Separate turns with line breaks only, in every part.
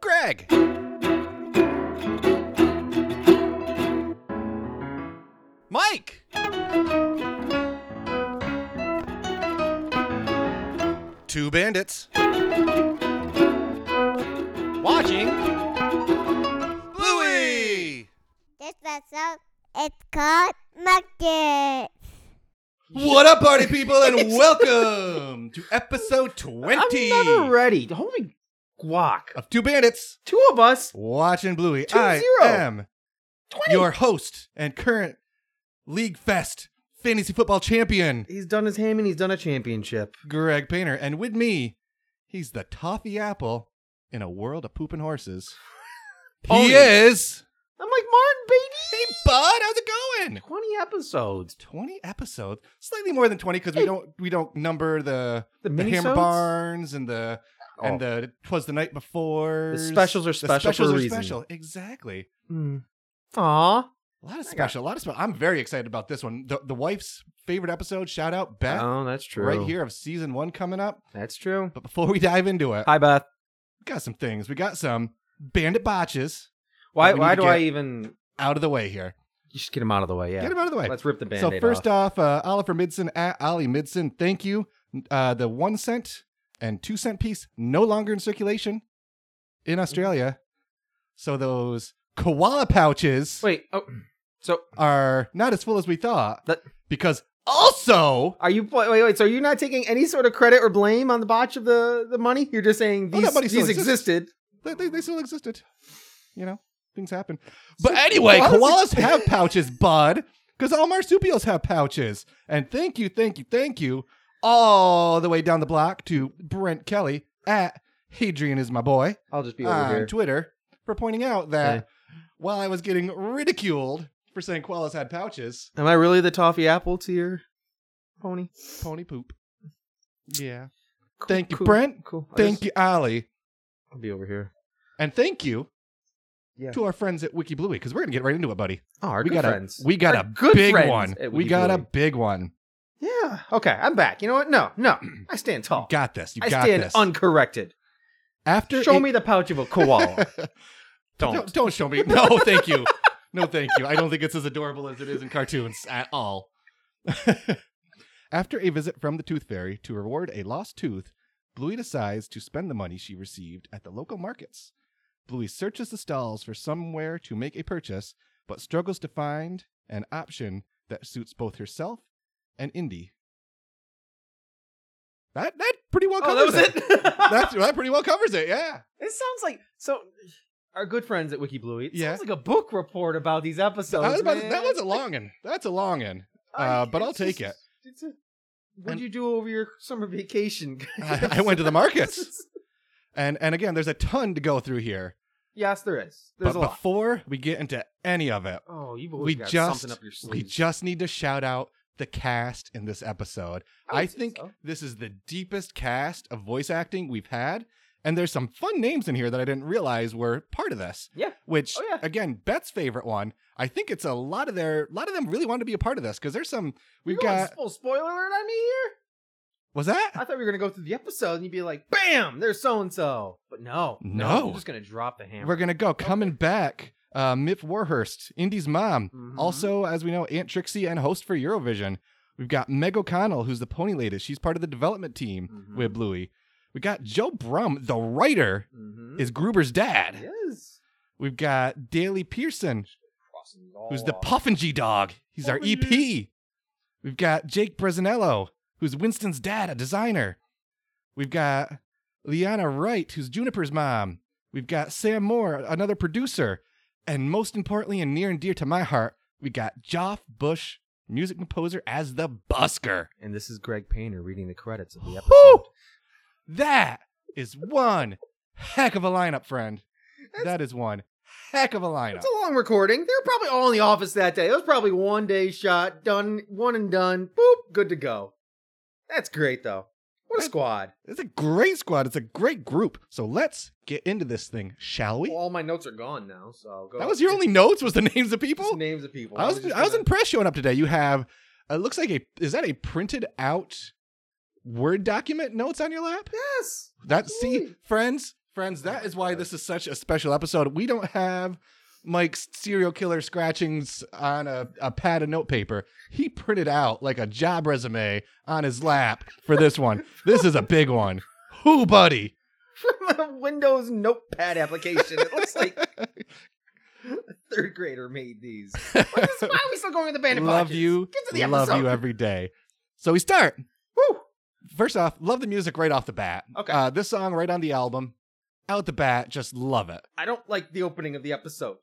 Greg. Mike. Two bandits. Watching. Bluey.
This episode it's called Muggets.
What up, party people, and welcome to episode 20
I'm never ready. Holy guac.
of Two Bandits
Two of us.
Watching Bluey.
Two
I
zero.
am
20.
your host and current League Fest fantasy football champion,
he's done his ham and he's done a championship.
Greg Painter. And with me, he's the toffee apple in a world of pooping horses.
Pony.
He is.
I'm like, Martin, baby.
Hey, bud, how's it going?
20 episodes.
20 episodes slightly more than 20 because we
Hey.
don't we don't number the
The
the hammer
minisodes?
barns and the and
Oh.
the twas the night before
The specials are special for
specials
a
are
reason.
special exactly
Mm. Aw.
a lot of
I got-
special a lot of special i'm very excited about this one the, the wife's favorite episode shout out beth
Oh, that's true.
right here of season one coming up
That's true.
but before we dive into it
Hi, Beth.
we got some things we got some bandit botches
Why,
we need
why
to
do I
get-
even.
out of the way here
You should get him out of the way. Yeah.
get them out of the way
Let's rip the band
So first off, uh, Oliver Midson at Ollie Midson, thank you. Uh, the one cent and two cent piece no longer in circulation
Mm-hmm.
in Australia. So those koala pouches
Wait. Oh. So
are not as full as we thought
That-
because also
are you wait wait, wait so you're not taking any sort of credit or blame on the botch of the, the money? You're just saying
Oh, that
these,
money still
these
exists.
existed.
they, they, they still existed. You know, things happen. But anyway, koalas
koalas-
have pouches, bud, because all marsupials have pouches. And thank you, thank you, thank you, all the way down the block to Brent Kelly at Hadrian is my boy.
I'll just be over
on
here.
Twitter for pointing out that
Okay.
while I was getting ridiculed for saying koalas had pouches,
Am I really the toffee apple to your pony?
pony poop. Yeah.
Cool,
Thank you,
cool,
Brent.
Cool. I
Thank
just-
you, Ollie.
I'll be over here.
And thank you
Yeah.
to our friends at WikiBluey because we're gonna get right into it, buddy.
Oh, our
we
good
got
friends.
a we got
Our
a
good
big
friends eh,
one.
at
We got a
WikiBluey.
big one.
yeah. Okay, I'm back. You know what? No, no, I stand
You
tall.
got this. You
Oh, I
got
stand
this.
uncorrected.
After
Show
it-
me the pouch of a koala.
don't
Don't.
don't show me. No, thank you. No, thank you. I don't think it's as adorable as it is in cartoons at all. After a visit from the Tooth Fairy to reward a lost tooth, Bluey decides to spend the money she received at the local markets. Bluey searches the stalls for somewhere to make a purchase, but struggles to find an option that suits both herself and Indy. That that pretty well
oh,
covers
that was it.
That, that pretty well covers it. Yeah.
it sounds like so. Our good friends at WikiBluey. It
Yeah.
sounds like a book report about these episodes.
I was about to-
man.
that was a long one. That's a long one. uh, but I'll
it's
take
just- it's a-
And-
What'd you do over your summer vacation?
I, I went to the markets, and and again, there's a ton to go through here.
yes, there is. There's
but
a lot.
before we get into any of it,
Oh, you've
we
always got
just
something up your
we
sleeve.
just need to shout out the cast in this episode.
would
I,
say
think
so.
this is the deepest cast of voice acting we've had, and there's some fun names in here that I didn't realize were part of this.
Yeah.
Which
Oh, yeah.
again, Bet's favorite one. I think it's a lot of their a lot of them really wanted to be a part of this because there's some we've
You going
got
full spoiler alert on me here.
was that
I thought we were gonna go through the episode and you'd be like, "Bam, there's so and so," but no,
No.
we're just gonna drop the hammer.
We're gonna go coming back. Uh, Miff Warhurst, Indy's mom.
Mhm.
Also, as we know, Aunt Trixie and host for Eurovision. We've got Meg O'Connell, who's the pony lady. She's part of the development team
Mhm.
with Bluey. We got Joe Brum, the writer,
Mhm.
is Gruber's dad.
yes,
We've got Daley Pearson,
Crossing it all
who's the
off.
Puffingy dog. He's our EP.
Puffingy.
We've got Jake Bresinello, who's Winston's dad, a designer. We've got Liana Wright, who's Juniper's mom. We've got Sam Moore, another producer. And most importantly, and near and dear to my heart, we got Joff Bush, music composer, as the busker.
And this is Greg Painter reading the credits of the
Whew!
episode.
That is one heck of a lineup, friend. That is one heck of a lineup.
It's a long recording. They were probably all in the office that day. It was probably one day shot, done, one and done. Boop, good to go. That's great though. What a
That-
squad!
It's a great squad. It's a great group. So let's get into this thing, shall we?
Well, all my notes are gone now, so go
That was your only notes was the names of people.
Just names of people.
I was
just
I was
gonna-
impressed showing up today. You have uh, it looks like a is that a printed out word document notes on your lap?
Yes.
That see
Ooh.
friends Friends, that is why this is such a special episode. We don't have Mike's serial killer scratchings on a, a pad of notepaper. He printed out like a job resume on his lap for this one. this is a big one. Who, buddy?
From a Windows notepad application. It looks like a third grader made these. Why is- why are we still going with the bandit
love
podcasts?
you.
Get to the
love
episode.
you every day. So we start.
Woo!
First off, love the music right off the bat.
Okay.
Uh, this song right on the album, out the bat, just love it.
I don't like the opening of the episode.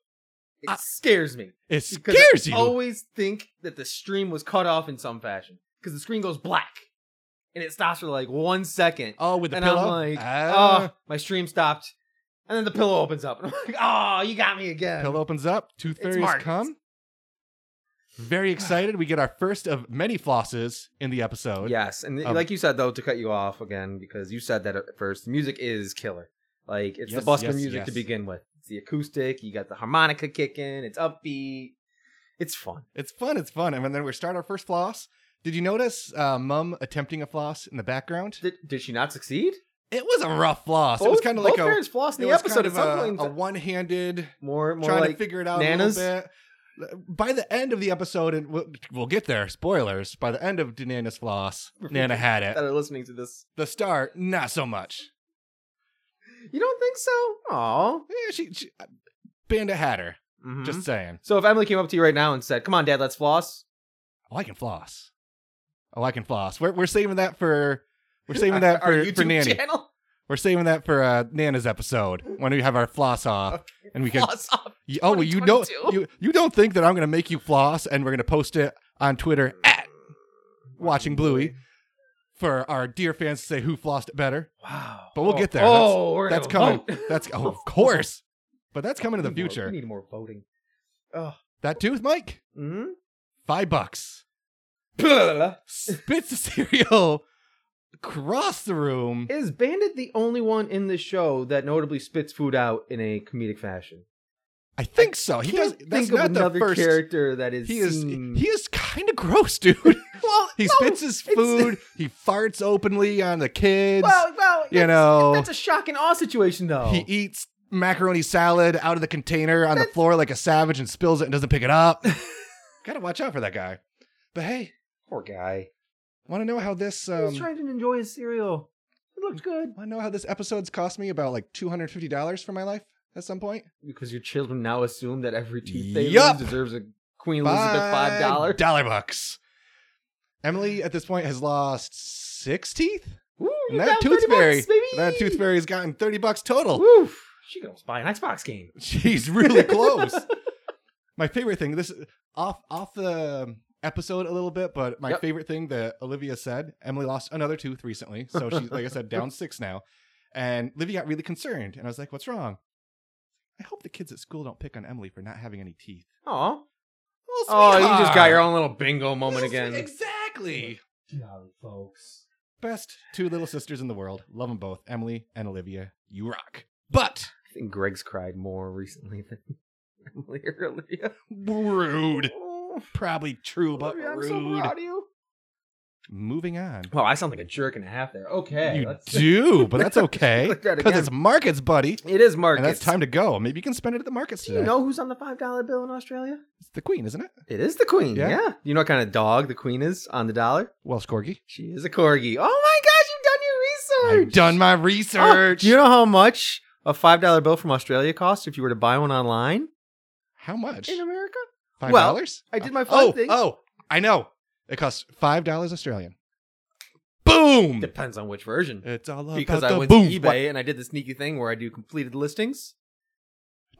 It
Ah.
scares me.
It
Because
scares
I
you.
always think that the stream was cut off in some fashion because the screen goes black and it stops for like one second.
oh, with the
and
pillow.
I'm like,
Ah.
oh, my stream stopped. And then the pillow opens up. And I'm like, oh, you got me again.
Pill opens up. Tooth
It's
fairies
Marcus.
come. Very excited. We get our first of many flosses in the episode.
Yes. And
Um,
like you said, though, to cut you off again, because you said that at first, the music is killer. Like, it's
Yes,
the busman
yes,
music to
yes.
begin with. It's the acoustic. You got the harmonica kicking. It's upbeat. It's fun.
It's fun. It's fun. And then we start our first floss. Did you notice uh, Mum attempting a floss in the background?
Did, did she not succeed?
It was a rough floss. it was
Both-
kind of like
both
a,
parents flossed in
it
the
was
episode
kind of
at some
a-
point.
a one-handed
more, more
trying
like
to figure it out
nanas?
a little bit. By the end of the episode, and we'll, we'll get there. Spoilers. By the end of Nana's floss, Nana had
that
it.
are listening to this.
The start, not so much.
You don't think so? Oh,
Yeah, she, she Bandit had her. Just saying.
Mm-hmm. so if Emily came up to you right now and said, "Come on, Dad, let's floss,"
Oh, I can floss. Oh, I can floss. We're we're saving that for we're saving that
Our
for,
YouTube
for Nanny.
channel,
We're saving that for uh, Nana's episode when we have our floss off and we can.
floss up.
Y- oh, well, you don't
2022.
you you don't think that I'm gonna make you floss and we're gonna post it on Twitter at watching Bluey for our dear fans to say who flossed it better.
Wow,
But we'll
Oh,
get there.
Oh, we're
That's
gonna
coming.
vote.
That's oh, of course. But that's coming in the
We need more-
future.
we need more voting. Oh,
That tooth, Mike,
mm
five bucks.
Hmm?
Spits the cereal across the room.
is Bandit the only one in the show that notably spits food out in a comedic fashion?
I think so. He does.
Can't
That's
think
not
of
the
another
first.
character that is.
He is.
seen-
He is kind of gross, dude.
well,
He
no,
spits his
it's-
food. He farts openly on the kids.
Well, well,
you
that's-
know.
that's a shock and awe situation, though.
He eats macaroni salad out of the container on the
That's-
floor like a savage and spills it and doesn't pick it up. Gotta watch out for that guy. But hey,
Poor guy.
want to know how this?
He was
Um,
trying to enjoy his cereal. It looked good.
want to know how this episode's cost me about like two hundred fifty dollars for my life at some point?
Because your children now assume that every tooth they
Yup.
lose deserves a Queen Elizabeth five dollar.
dollar bucks. Emily at this point has lost six teeth.
Woo, you
And that
got 30
tooth fairy,
bucks, baby.
that tooth fairy has gotten thirty bucks total.
Woo. She gonna buy an Xbox game.
She's really close. my favorite thing this off off the episode a little bit, but my
Yep.
favorite thing that Olivia said. Emily lost another tooth recently, so she's like I said, down six now. And Livy got really concerned, and I was like, "What's wrong?" I hope the kids at school don't pick on Emily for not having any teeth.
Aw.
Oh,
Oh, you just got your
sweetheart.
own little bingo moment
Little
again.
sweet- Exactly.
Jolly folks.
Best two little sisters in the world. Love them both, Emily and Olivia. You rock. But
I think Greg's cried more recently than Emily or Olivia.
rude,
Oh,
probably true, but
Olivia, I'm
rude.
so proud of you.
Moving on.
Wow, I sound like a jerk and a half there. Okay.
you
let's-
do, but that's okay
Look at that
because
again.
it's markets, buddy,
It is market.
and that's time to go. Maybe you can spend it at the markets
Do you
today.
know who's on the five dollar bill in Australia?
It's the queen, isn't it?
It is the queen.
Yeah.
Yeah. You know what kind of dog the queen is on the dollar?
Welsh corgi.
She is a corgi. Oh my gosh, you've done your research.
I've done my
Oh,
research.
do you know how much a five dollar bill from Australia costs if you were to buy one online
How much?
in America?
Five
well,
dollars.
I did my fun
oh
thing.
oh. I know. It costs five dollars Australian. Boom.
Depends on which version.
It's all Mm. about
Mm-hmm. Because I
the
went
boom.
to eBay
What?
and I did the sneaky thing where I do completed listings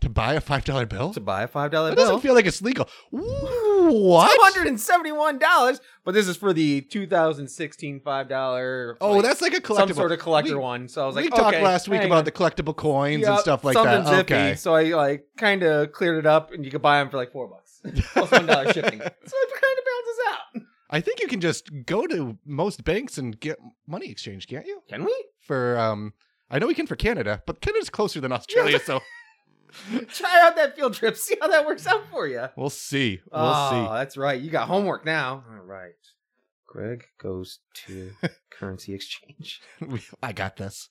to buy a five dollar bill.
to buy a five dollar
That
bill.
doesn't feel like it's legal. What?
Two hundred and seventy-one dollars, but this is for the 2016 five dollar.
Oh, that's like a collectible.
some sort of collector
We-
one. So I was
we
like,
talked
okay,
last week
hang
about
on.
the collectible coins and
Yep,
stuff like
something
that.
Zippy,
Okay.
So I like kind of cleared it up, and you could buy them for like four bucks plus one dollar shipping. So it kind of balances out.
I think you can just go to most banks and get money exchange, can't you?
Can we?
For um, I know we can for Canada, but Canada's closer than Australia, so
Try out that field trip. See how that works out for you.
we'll see. We'll
oh, that's right. You got homework now. All right. Greg goes to currency exchange.
see. I got this.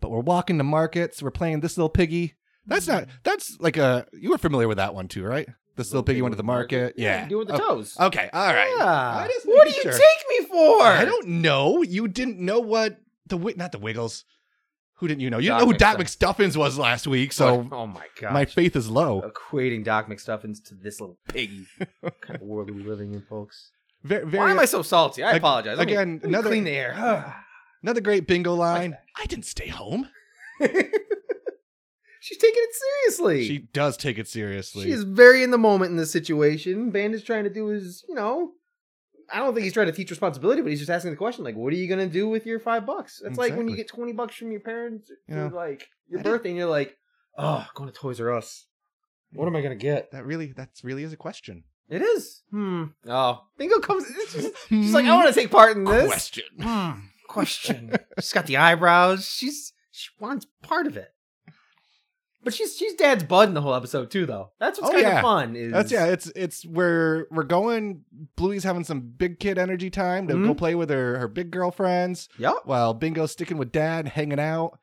but we're walking to markets. We're playing this little piggy. That's not.
Mm-hmm.
That's like a. You were familiar with that one too, right? This little, piggy went to the market. Yeah.
you do it with the
Oh,
toes.
Okay. All right.
Yeah.
I just
what do
making
you
sure.
take me for?
I don't know. You didn't know what the Wi- not the Wiggles. Who didn't you know? You didn't
Doc
know who Doc McStuffins was last week. So
oh my god.
my faith is low.
equating Doc McStuffins to this little piggy. what kind of world are we living in, folks?
Very, very
Why am I so salty? I
Ag-
apologize. Let me-
again,
let me
another-
clean the air.
another great bingo line.
that?
I didn't stay home.
She's taking it seriously.
She does take it seriously.
She is very in the moment in this situation. Band is trying to do his, you know, I don't think he's trying to teach responsibility, but he's just asking the question, like, what are you gonna do with your five bucks? That's like when you
Exactly.
get twenty bucks from your parents,
You
you
know,
like your
I didn't-
birthday, and you're like, oh, going to Toys R Us. What am I gonna get?
that really, that's really is a question.
It is. Hmm. Oh, Bingo comes. It's just, she's like, I want to take part in this
question.
Hmm, question. she's got the eyebrows. She's she wants part of it. But she's she's dad's bud in the whole episode too, though. That's what's
Oh,
kind
yeah.
of fun. Is
That's yeah. It's it's where we're going. Bluey's having some big kid energy time to go
Mhm.
play with her her big girlfriends.
Yep.
While Bingo's sticking with Dad, hanging out.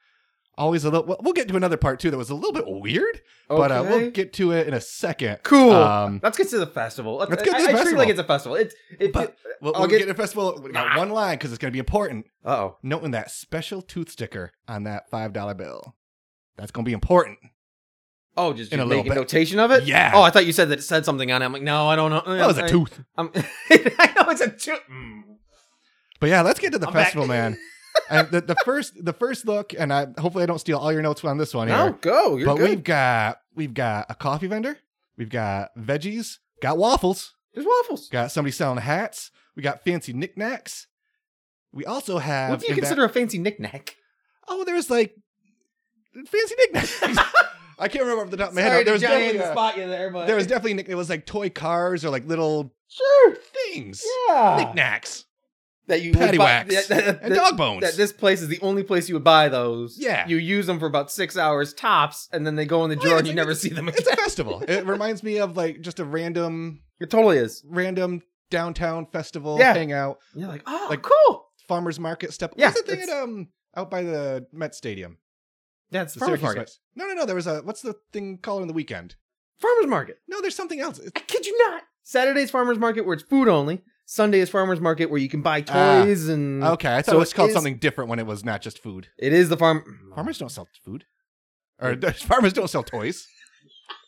Always a little. We'll, we'll get to another part too that was a little bit weird, but uh, we'll
Okay.
get to it in a second.
cool.
Um,
Let's get to the festival. Let's,
Let's get to
I-
the
I, treat it
festival.
like it's a festival. It's it.
But- we'll,
I'll
we'll
get-
get, to festival. We got
Ah.
one line because it's going to be important.
oh,
Noting that special tooth sticker on that five dollar bill. That's going to be important.
oh, just
In
you
a
make a
little bit.
notation of it.
Yeah.
Oh, I thought you said that it said something on it. I'm like, no, I don't know.
That was a
I-
tooth.
I'm, I know it's a two.
But yeah, let's get to the
I'm back.
festival, man. and the, the first the first look, and I hopefully I don't steal all your notes on this one here.
No, go. You're
but
good.
we've got we've got a coffee vendor, we've got veggies, got waffles,
There's waffles.
got somebody selling hats, we got fancy knickknacks. We also have
What do you
in that-
consider a fancy knickknack?
oh, there was like fancy knickknacks. I can't remember off the top of my head.
Sorry
There
to
was
jump in
definitely
and
a-
spot you there, but
there was definitely knick- it was like toy cars or like little
sure,
things,
yeah,
knickknacks,
that you would buy-
paddywhacks,
that- that-
and
that-
dog bones.
That this place is the only place you would buy those.
Yeah.
you use them for about six hours tops, and then they go in the
Oh, yeah, it's
drawer and you
like-
never see them again.
it's a festival. It reminds me of like just a random,
It totally is.
random downtown festival
Yeah.
hangout,
You're like, oh,
Like-
like cool.
farmers market stuff.
Yeah,
what's the thing at
it's-
um out by the Met Stadium?
That's
The
farmers
Syracuse
market.
Mets. No, no, no. There was a what's the thing called on the weekend?
Farmers market.
No, there's something else. It's-
I kid you not. Saturday's farmers market where it's food only. Sunday is farmers market where you can buy
Ah,
toys and
Okay, I thought
Mm, So
it was
it
called
is-
something different when it was not just food.
it is the farm
Farmers don't sell food, or farmers don't sell toys.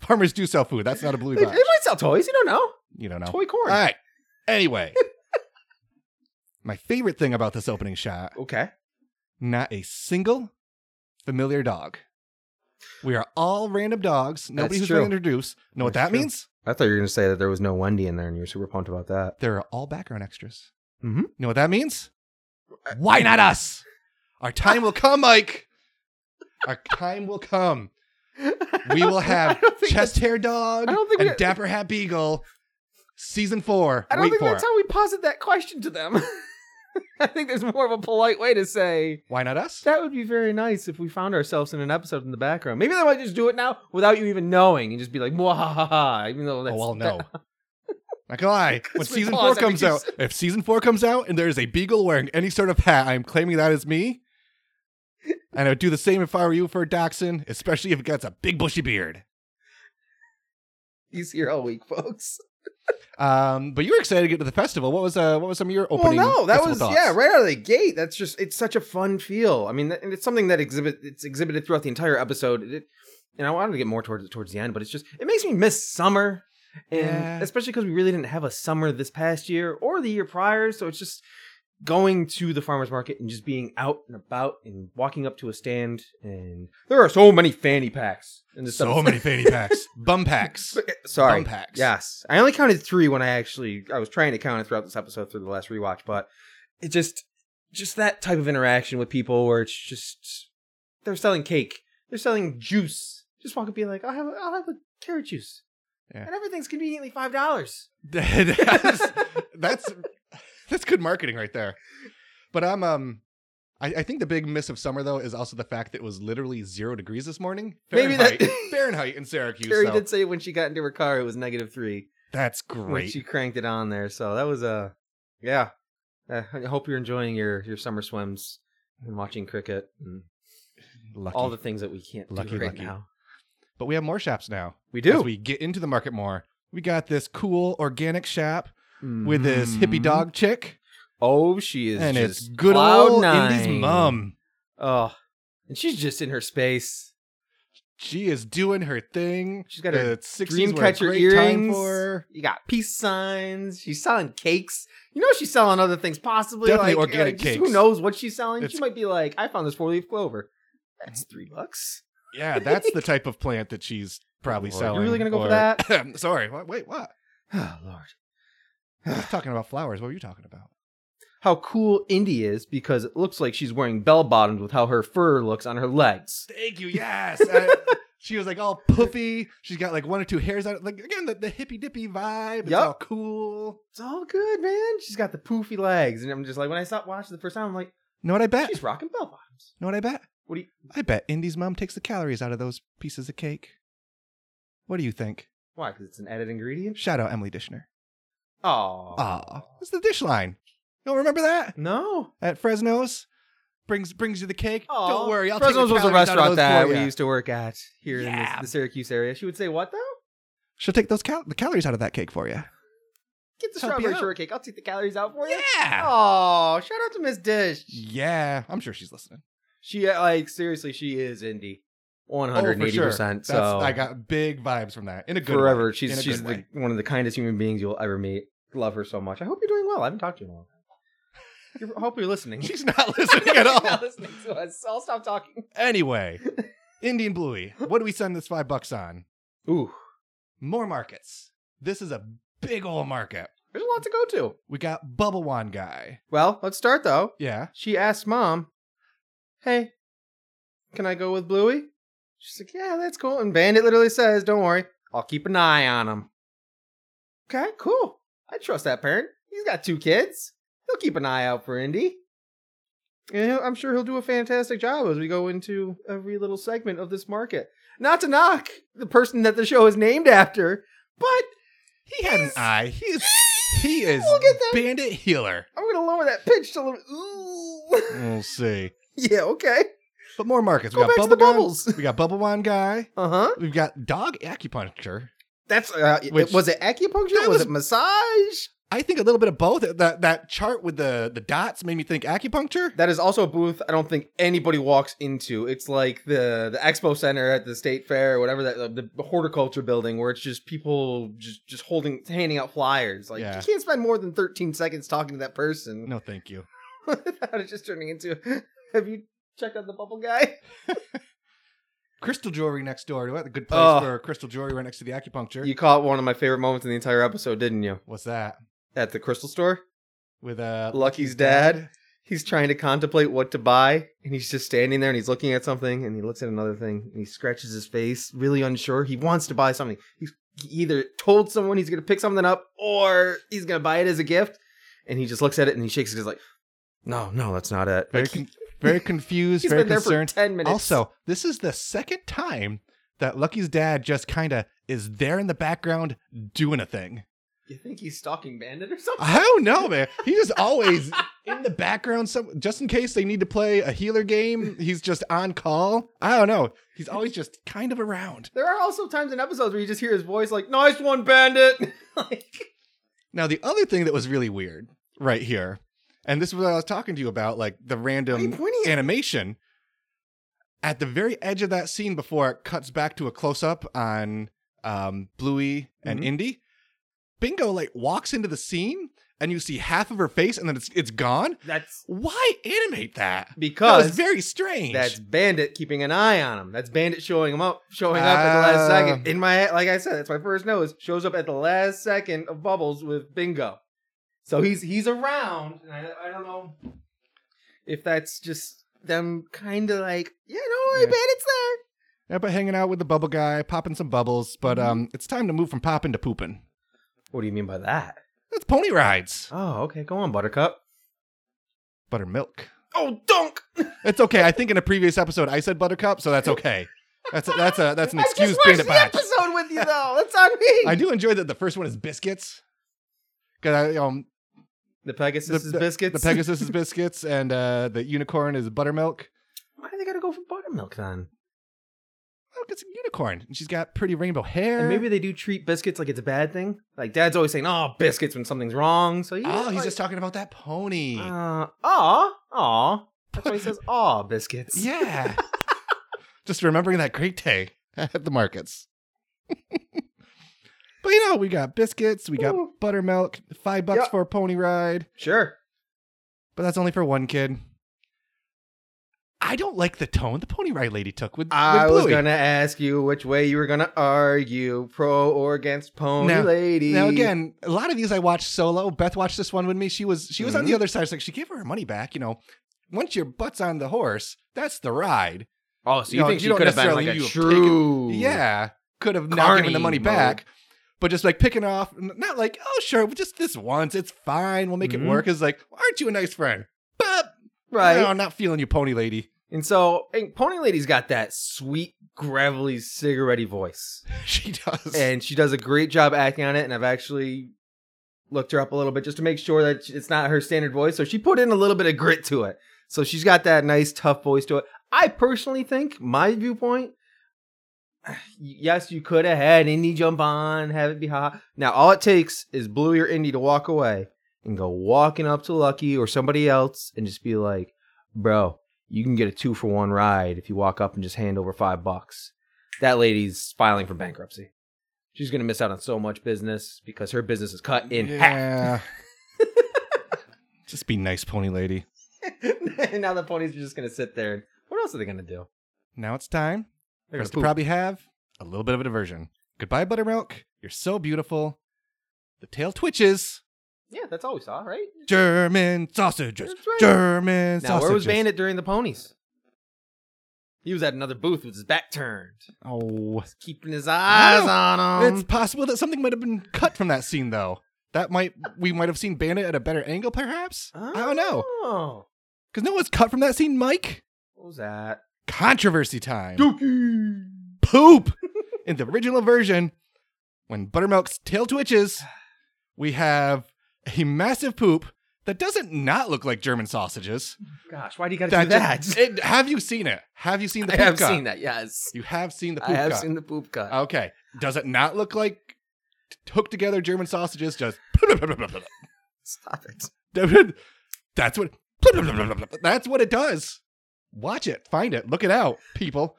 farmers do sell food. That's not a blue
They, they
box.
might sell toys. You don't know.
You don't know.
Toy corn.
All right. Anyway, my favorite thing about this opening shot
Okay.
not a single familiar dog. We are all random dogs. Nobody
That's
who's
true.
been introduced. Know what
That's
that
true.
means?
I thought you were going to say that there was no Wendy in there, and you were super pumped about that.
They're all background extras.
Mhm.
Know what that means?
Uh,
Why not us? Our time will come, Mike. Our time will come. We will have
I don't think
Chest hair dog
I don't think
and
we-
Dapper Hat Beagle, season four.
I don't
Wait
think
for
that's
it.
how we posit that question to them. I think there's more of a polite way to say
Why not us?
that would be very nice if we found ourselves in an episode in the background. Maybe they might just do it now without you even knowing and just be like, "Mwahaha," even though that's
oh well, no. Not gonna lie. When
Because we
season
pause
four
every
comes
two
out, if season four comes out and there is a beagle wearing any sort of hat, I am claiming that is me. And I would do the same if I were you for a dachshund, especially if it gets a big bushy beard.
he's here all week, folks.
Um, but you were excited to get to the festival. What was uh, what was some of your opening?
well, no, that
festival
was
thoughts?
yeah, right out of the gate. That's just it's such a fun feel. I mean, that- and it's something that exhibit it's exhibited throughout the entire episode. It, and I wanted to get more towards towards the end, but it's just it makes me miss summer, and
Yeah.
especially because we really didn't have a summer this past year or the year prior. So it's just going to the farmers market and just being out and about and walking up to a stand and there are so many fanny packs in this
So
episode.
many fanny packs, bum packs,
sorry
bum packs.
Yes, I only counted three when I actually I was trying to count it throughout this episode through the last rewatch, but it just just that type of interaction with people where it's just they're selling cake, they're selling juice. Just walk up, and be like, I'll have a, I'll have a carrot juice,
Yeah.
and everything's conveniently five dollars.
that's, that's that's good marketing right there. But I'm um, I, I think the big miss of summer though is also the fact that it was literally zero degrees this morning.
Maybe
Fahrenheit,
that-
Fahrenheit in Syracuse.
Carrie
so
did say when she got into her car it was negative three
That's
when
great.
she cranked it on there. So that was a yeah. Uh, I hope you're enjoying your your summer swims and watching cricket and
Lucky.
all the things that we can't
Lucky,
do right
lucky.
now.
but we have more shops now.
We do.
As we get into the market more, we got this cool organic shop with this hippie
Mhm.
dog chick,
Oh, she is
and
just
it's good
cloud
old
nine.
Indy's mom.
Oh, and she's just in her space.
She is doing her thing.
She's got her
the 60s were a
Dreamcatcher
great Time
earrings.
for her.
You got peace signs. She's selling cakes. You know she's selling other things, possibly
Definitely
like,
organic
uh, just
cakes.
Who knows what she's selling?
It's- Mm.
She might be like, I found this four leaf clover. That's three bucks.
Yeah, that's the type of plant that she's probably
Lord,
selling.
you're really gonna go for
or-
that?
Sorry. What, wait, what?
Oh Lord,
I was talking about flowers. What were you talking about?
how cool Indy is because it looks like she's wearing bell bottoms with how her fur looks on her legs.
Thank you. Yes. I- she was like all poofy. She's got like one or two hairs on it. Like again, the, the hippy dippy vibe. It's
Yup.
all cool.
It's all good, man. She's got the poofy legs, and I'm just like, when I stopped watching the first time, I'm like,
You know what I bet?
she's rocking bell bottoms.
know what I bet?
What do you?
I bet Indy's mom takes the calories out of those pieces of cake. What do you think?
Why? Because it's an added ingredient.
Shout out Emily Dishner.
Oh.
Aw. It's the dish line. You don't remember that?
No.
At Fresno's? Brings brings you the cake. Don't worry, I'll
Fresno's
take
was
the
a
calories out of
restaurant
those
that
for
we
ya.
used to work at here in
Yeah.
this, the Syracuse area. She would say, "What though?
She'll take those cal- the calories out of that cake for you.
Get the
Help you
strawberry
out.
shortcake. I'll take the calories out for you."
Yeah.
Oh, shout out to Miss Dish.
Yeah. I'm sure she's listening.
She uh, like seriously, she is indie, one
Oh, for
hundred eighty
sure.
percent.
That's-
So
I got big vibes from that in a good
forever.
Way. In
She's
a
she's
good
the,
way.
one of the kindest human beings you'll ever meet. Love her so much. I hope you're doing well. I haven't talked to you in a long time. You're- I hope you're listening.
she's not listening at
She's not
all.
listening to us. so I'll stop talking.
Anyway, Indian Bluey, what do we send this five bucks on?
Ooh,
More markets. This is a big old market.
there's a lot to go to.
We got Bubble Wand Guy.
Well, let's start though.
Yeah.
she asks mom, Hey, can I go with Bluey? She's like, Yeah, that's cool. And Bandit literally says, Don't worry, I'll keep an eye on him. Okay, cool. I trust that parent. He's got two kids. He'll keep an eye out for Indy. And he'll- I'm sure he'll do a fantastic job as we go into every little segment of this market. Not to knock the person that the show is named after, but
He had an
He's-
eye. He is he is
Look at that.
bandit healer.
I'm going to lower that pitch to a little. Ooh.
We'll see.
yeah, okay.
But more markets.
Go
we
back
got
to
bubble
the
Gun.
bubbles.
We got Bubble Wand Guy.
Uh huh.
We've got dog acupuncture.
That's uh, it-
Uh-huh. Which-
was it acupuncture?
That
Was,
was-
it massage?
I think a little bit of both. That that chart with the the dots made me think acupuncture.
That is also a booth I don't think anybody walks into. It's like the the expo center at the state fair or whatever that uh, the, the horticulture building where it's just people just just holding handing out flyers. Like
Yeah.
you can't spend more than 13 seconds talking to that person
No, thank you.
without it just turning into have you checked out the bubble guy?
Crystal jewelry next door. What a good place
Oh.
for crystal jewelry right next to the acupuncture.
You caught one of my favorite moments in the entire episode, didn't you?
What's that
At the crystal store?
with uh
Lucky's dad. He's trying to contemplate what to buy, and he's just standing there and he's looking at something and he looks at another thing and he scratches his face, really unsure. He wants to buy something. He's he either told someone he's gonna pick something up or he's gonna buy it as a gift. And he just looks at it and he shakes his head like, No, no, that's not it.
Very
Like,
con- very confused,
he's
very
been there for
concerned.
ten minutes.
Also, this is the second time that Lucky's dad just kind of is there in the background doing a thing.
you think he's stalking Bandit or something?
I don't know, man. He's just always in the background, some, just in case they need to play a healer game. He's just on call. I don't know. He's always just kind of around.
There are also times in episodes where you just hear his voice like, Nice one, Bandit. like
Now, the other thing that was really weird right here, and this is what I was talking to you about, like the
what are you
random
pointing at?
animation. At the very edge of that scene, before it cuts back to a close up on um, Bluey and
Mhm.
Indy, Bingo like walks into the scene, and you see half of her face, and then it's it's gone.
That's
Why animate that? That was
because
very strange.
That's Bandit keeping an eye on him. That's Bandit showing him up, showing up at the last
Ah.
second. In my like I said, that's my first nose. Shows up at the last second of Bubbles with Bingo. So he's he's around, and I, I don't know if that's just them kind of like yeah, don't worry,
Yeah.
Bandit's there.
yeah, but hanging out with the bubble guy, popping some bubbles. But
Mhm.
um, it's time to move from popping to pooping.
What do you mean by that?
That's pony rides,
Oh, okay, go on, Buttercup.
buttermilk.
Oh, dunk!
It's okay. I think in a previous episode I said buttercup, so that's okay. That's a, that's a that's an
I
excuse
just watched
bandit
the
botch.
episode with you though. That's on me.
I do enjoy that the first one is biscuits. Cause I, um,
the Pegasus
the-
biscuits.
the Pegasus is biscuits and uh, the unicorn is buttermilk.
Why do they gotta go go for buttermilk then.
Look, Oh, it's a unicorn. And she's got pretty rainbow hair.
And maybe they do treat biscuits like it's a bad thing. Like dad's always saying, "Oh, biscuits when something's wrong." So yeah,
Oh, he's
like,
just talking about that pony.
uh, aw, aw. That's why he says, "Aw, biscuits."
yeah. just remembering that great day at the markets. but you know, we got biscuits, we got
Ooh.
buttermilk, five bucks
Yep.
for a pony ride.
sure.
but that's only for one kid. I don't like the tone the pony ride lady took with, with
I was
Bluey.
gonna ask you which way you were gonna argue, pro or against pony
Now-
lady.
Now again, a lot of these I watched solo. Beth watched this one with me. She was she was on
Mhm.
the other side. It's like she gave her her money back. You know, once your butt's on the horse, that's the ride.
oh, so you
No,
think
you
she
don't
could have been
necessarily
like a
need to
true?
Yeah, could have not given
Carny
the money
mode.
back, but just like picking off. n- Not like oh sure, just this once. It's fine. We'll make
Mhm.
it work. Is like aren't you a nice friend? But
right.
no, I'm not feeling you, pony lady.
And so, and Pony Lady's got that sweet, gravelly, cigarette voice,
she does.
and she does a great job acting on it. And I've actually looked her up a little bit just to make sure that it's not her standard voice. So she put in a little bit of grit to it. So she's got that nice, tough voice to it. I personally think my viewpoint. Yes, you could have had Indy jump on, have it be hot. Now all it takes is Bluey or Indy to walk away and go walking up to Lucky or somebody else and just be like, "Bro, you can get a two for one ride if you walk up and just hand over five bucks. That lady's filing for bankruptcy. She's gonna miss out on so much business because her business is cut in
yeah. just be nice, pony lady.
half. and now the ponies are just gonna sit there. And, what else are they gonna do?
Now it's time for
They're gonna
us to
poop.
probably have a little bit of a diversion. Goodbye, Buttermilk. You're so beautiful. The tail twitches.
yeah, that's all we saw, right?
German sausages.
That's right.
German
now
sausages.
where was Bandit during the ponies? He was at another booth with his back turned,
Oh.
He's keeping his eyes
know.
on him.
it's possible that something might have been cut from that scene, though. That might we might have seen Bandit at a better angle, perhaps. I don't know,
Oh.
because no one's cut from that scene, Mike.
What was that?
Controversy time.
Dookie.
poop in the original version when buttermilk's tail twitches we have a massive poop that doesn't not look like german sausages
Gosh, why do you gotta
That
do that?
just- it- have you seen it have you seen the
I
poop
have
cut?
seen that. Yes,
you have seen the poop
I have
cut. Um,
seen the poop cut.
okay does it not look like t- hooked together german sausages just
Stop it.
that's what that's what it does watch it find it look it out people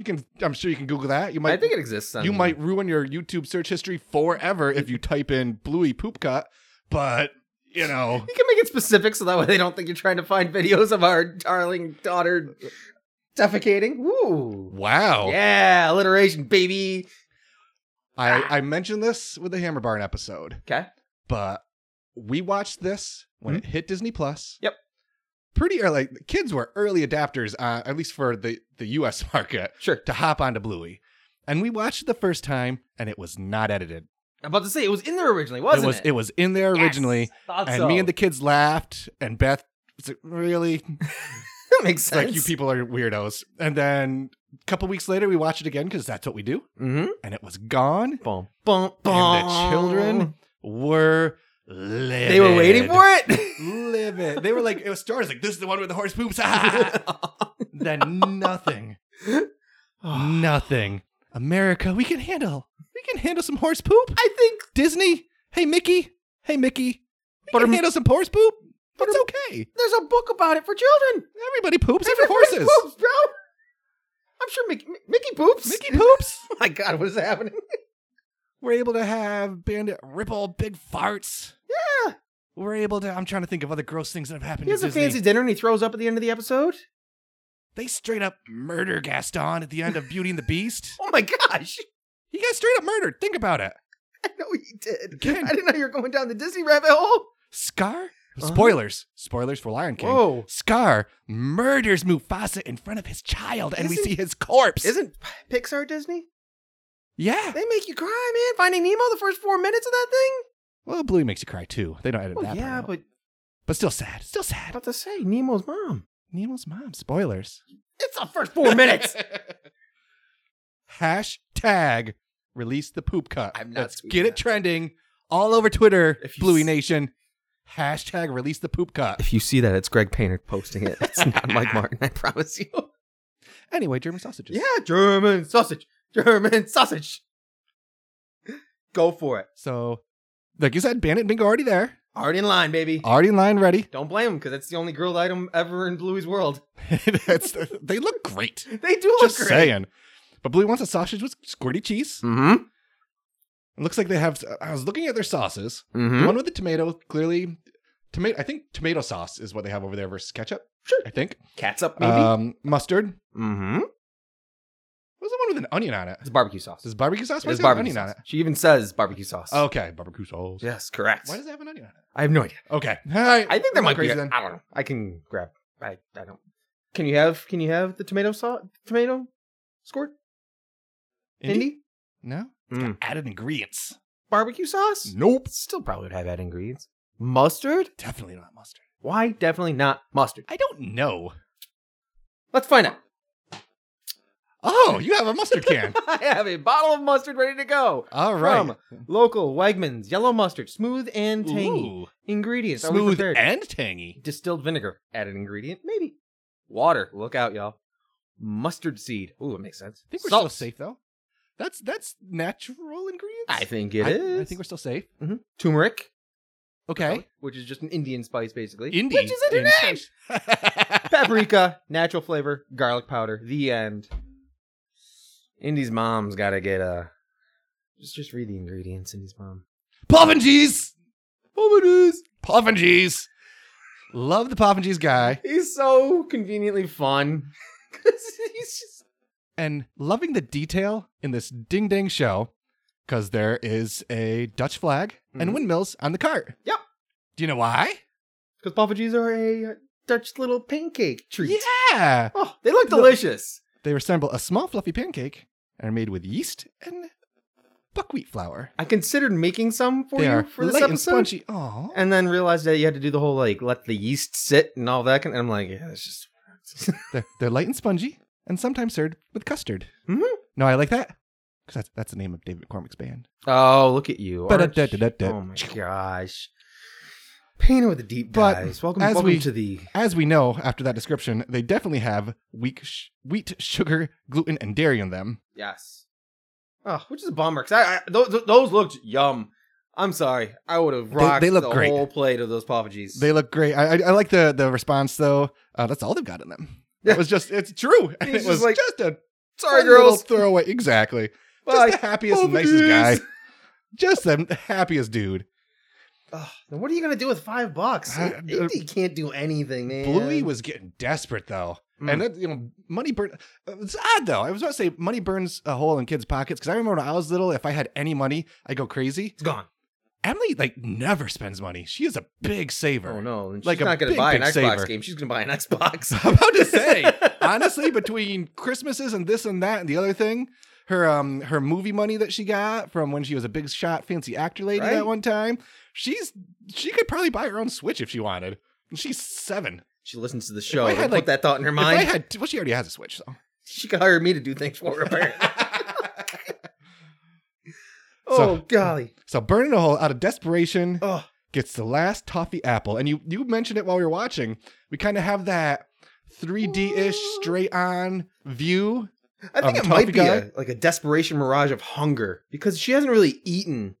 you can i'm sure you can google that you might
I think it exists. On
you might ruin your YouTube search history forever if you type in Bluey poop cut, but you know,
You can make it specific so that way they don't think you're trying to find videos of our darling daughter defecating. Woo!
wow.
Yeah, alliteration, baby.
I, I mentioned this with the Hammer Barn episode,
Okay.
but we watched this when it hit Disney Plus.
Hmm? Yep.
Pretty early. Like, the kids were early adapters, uh, at least for the, the US market,
Sure.
to hop onto Bluey. And we watched it the first time and it was not edited.
I'm about to say it was in there originally, wasn't
it was it? was in there
Yes,
originally.
thought
And
so.
me and the kids laughed and Beth was like, really?
that makes
It's
sense.
like you people are weirdos. And then a couple weeks later, we watch it again because that's what we do.
Mm-hmm.
And it was gone.
Boom, boom, boom.
And the children were livid.
They were waiting for it.
Livid. They were like, it was stars like, this is the one with the horse poops. Ah! then nothing. Ah. nothing. America, we can handle. We can handle some horse poop.
I think
Disney, hey Mickey, hey Mickey, we
Butter-
can handle some horse poop. It's
Butter-
okay.
there's a book about it for children.
Everybody poops except
Everybody
horses.
poops, bro. I'm sure Mickey, Mickey poops.
Mickey poops.
Oh my God, what is happening?
We're able to have Bandit ripple big farts.
Yeah.
We're able to. I'm trying to think of other gross things that have happened.
He has
to
a
Disney.
fancy dinner and he throws up at the end of the episode.
They straight up murder Gaston at the end of Beauty and the Beast.
Oh my gosh.
He got straight up murdered. Think about it.
I know he did.
Again.
I didn't know you were going down the Disney rabbit hole.
Scar.
Uh-huh.
Spoilers. Spoilers for Lion King.
Whoa.
Scar murders Mufasa in front of his child, and we
Isn't-
see his corpse.
Isn't Pixar Disney?
yeah.
They make you cry, man. Finding Nemo, the first four minutes of that thing.
Well, Bluey makes you cry too. They don't edit
Oh,
that. part
yeah,
out.
but
but still sad. Still
I'm
sad.
about to say Nemo's mom.
Nemo's mom. Spoilers.
It's the first four minutes.
Hashtag release the poop cut.
I'm not
Let's
tweeting
get it
that.
trending all over Twitter,
If you
Bluey
s-
Nation. Hashtag release the poop cut.
If you see that, it's Greg Painter posting it. It's not Mike Martin, I promise you.
Anyway, German sausages.
Yeah, German sausage. German sausage. Go for it.
So, like you said, Bandit and Bingo already there,
Already in line, baby.
already in line, ready.
Don't blame him because that's the only grilled item ever in Bluey's world.
That's they look great.
They do look
Just
great.
saying. But Blue wants a sausage with squirty cheese.
Mm
It looks like they have. I was looking at their sauces.
hmm.
The
Mm
one with the tomato, clearly, tomato. I think tomato sauce is what they have over there versus ketchup.
Sure.
I think.
Cats up, maybe.
Um, mustard.
mm hmm.
What's the one with an onion on it?
It's barbecue sauce.
Is barbecue sauce? Why
It's
does it have an
barbecue
onion
sauce. She even says barbecue sauce.
on it? Okay, barbecue sauce.
yes, correct.
Why does it have an onion on it?
I have no idea.
Okay. All right.
I think there
I'm
might
not crazy
be. Uh, a-
then.
I don't know. I can grab. I, I don't. Can you have? Can you have the tomato sauce? Tomato squirt? Indy?
No.
Mm.
Added ingredients.
Barbecue sauce?
Nope.
Still probably would have added ingredients. Mustard?
Definitely not mustard.
Why? Definitely not mustard.
I don't know.
Let's find out.
Oh, you have a mustard can.
I have a bottle of mustard ready to go.
All right.
From local Wegmans, yellow mustard, smooth and tangy.
Ooh,
Ingredients: Are we
smooth
prepared?
and tangy.
distilled vinegar, added ingredient, maybe. Water, look out, y'all. Mustard seed. Ooh, it makes sense.
I think we're still
Salt.
safe though. That's that's natural ingredients.
I think it
I,
is.
I think we're still safe.
turmeric.
Okay.
which is just an Indian spice, basically.
Indy.
Which is in her name. Paprika, natural flavor, garlic powder. The end. Indy's mom's gotta get a. Just, just read the ingredients. Indy's mom.
Puff and cheese. Puff and cheese. Puff and cheese. Love the puff and cheese guy,
He's so conveniently fun. 'Cause he's just.
and loving the detail in this ding dang show, because there is a Dutch flag and
Mhm.
windmills on the cart.
Yep.
Do you know why?
Because Puffages are a Dutch little pancake treat.
Yeah.
Oh, they look
Look.
delicious.
They resemble a small fluffy pancake and are made with yeast and buckwheat flour.
I considered making some for
they
you
are
for this
light and
episode.
spongy. Oh,
and then realized that you had to do the whole like let the yeast sit and all that. And I'm like, yeah, it's just
they're, they're light and spongy and sometimes served with custard.
Mhm.
No, I like that because that's, that's the name of David McCormick's band.
Oh, look at you. Arch.
Ba-da-da-da-da-da.
Oh my gosh. Painter with a deep
But
dives. Welcome,
as
welcome
we-
to the
As we know after that description, they definitely have weak sh- wheat, sugar, gluten, and dairy in them.
Yes. Oh, which is a bummer. 'cause I, I, those, those looked yum. I'm sorry. I would have
They-
rocked
they look
the
great.
whole plate of those poppages.
They look great. I, I, I like the, the response though. Uh, that's all they've got in them.
Yeah.
It was just, it's true.
He's
it
just
was
like,
just a
sorry,
fun little
girls.
throwaway. Exactly.
Bye.
Just the happiest,
Love
nicest
yous.
guy. Just the happiest dude.
Ugh, then what are you gonna do with five bucks?
I-
Indy can't do anything, man.
Bluey was getting desperate though,
Mm.
and that, you know, money burn. uh, It's odd though. I was about to say money burns a hole in kids' pockets because I remember when I was little, if I had any money, I go crazy.
it's gone.
Emily like never spends money. She is a big saver.
Oh no! And she's
Like a
not gonna
big,
buy an
big
Xbox
saver.
game. She's gonna buy an Xbox.
I'm about to say. Honestly, between Christmases and this and that and the other thing, her um her movie money that she got from when she was a big shot fancy actor lady
Right.
that one time, she's she could probably buy her own Switch if she wanted. And she's seven.
she listens to the show.
I
and
had,
put
like-
that thought in her
If I
mind.
had, well, she already has a Switch though.
she could hire me to do things for her. apparently. oh
So-
golly!
so burning a hole out of desperation
Oh,
gets the last toffee apple, and you you mentioned it while we were watching. We kind of have that 3D ish straight on view.
I think
Um,
it might
Toffee
be
guy?
a, like a desperation mirage of hunger because she hasn't really eaten.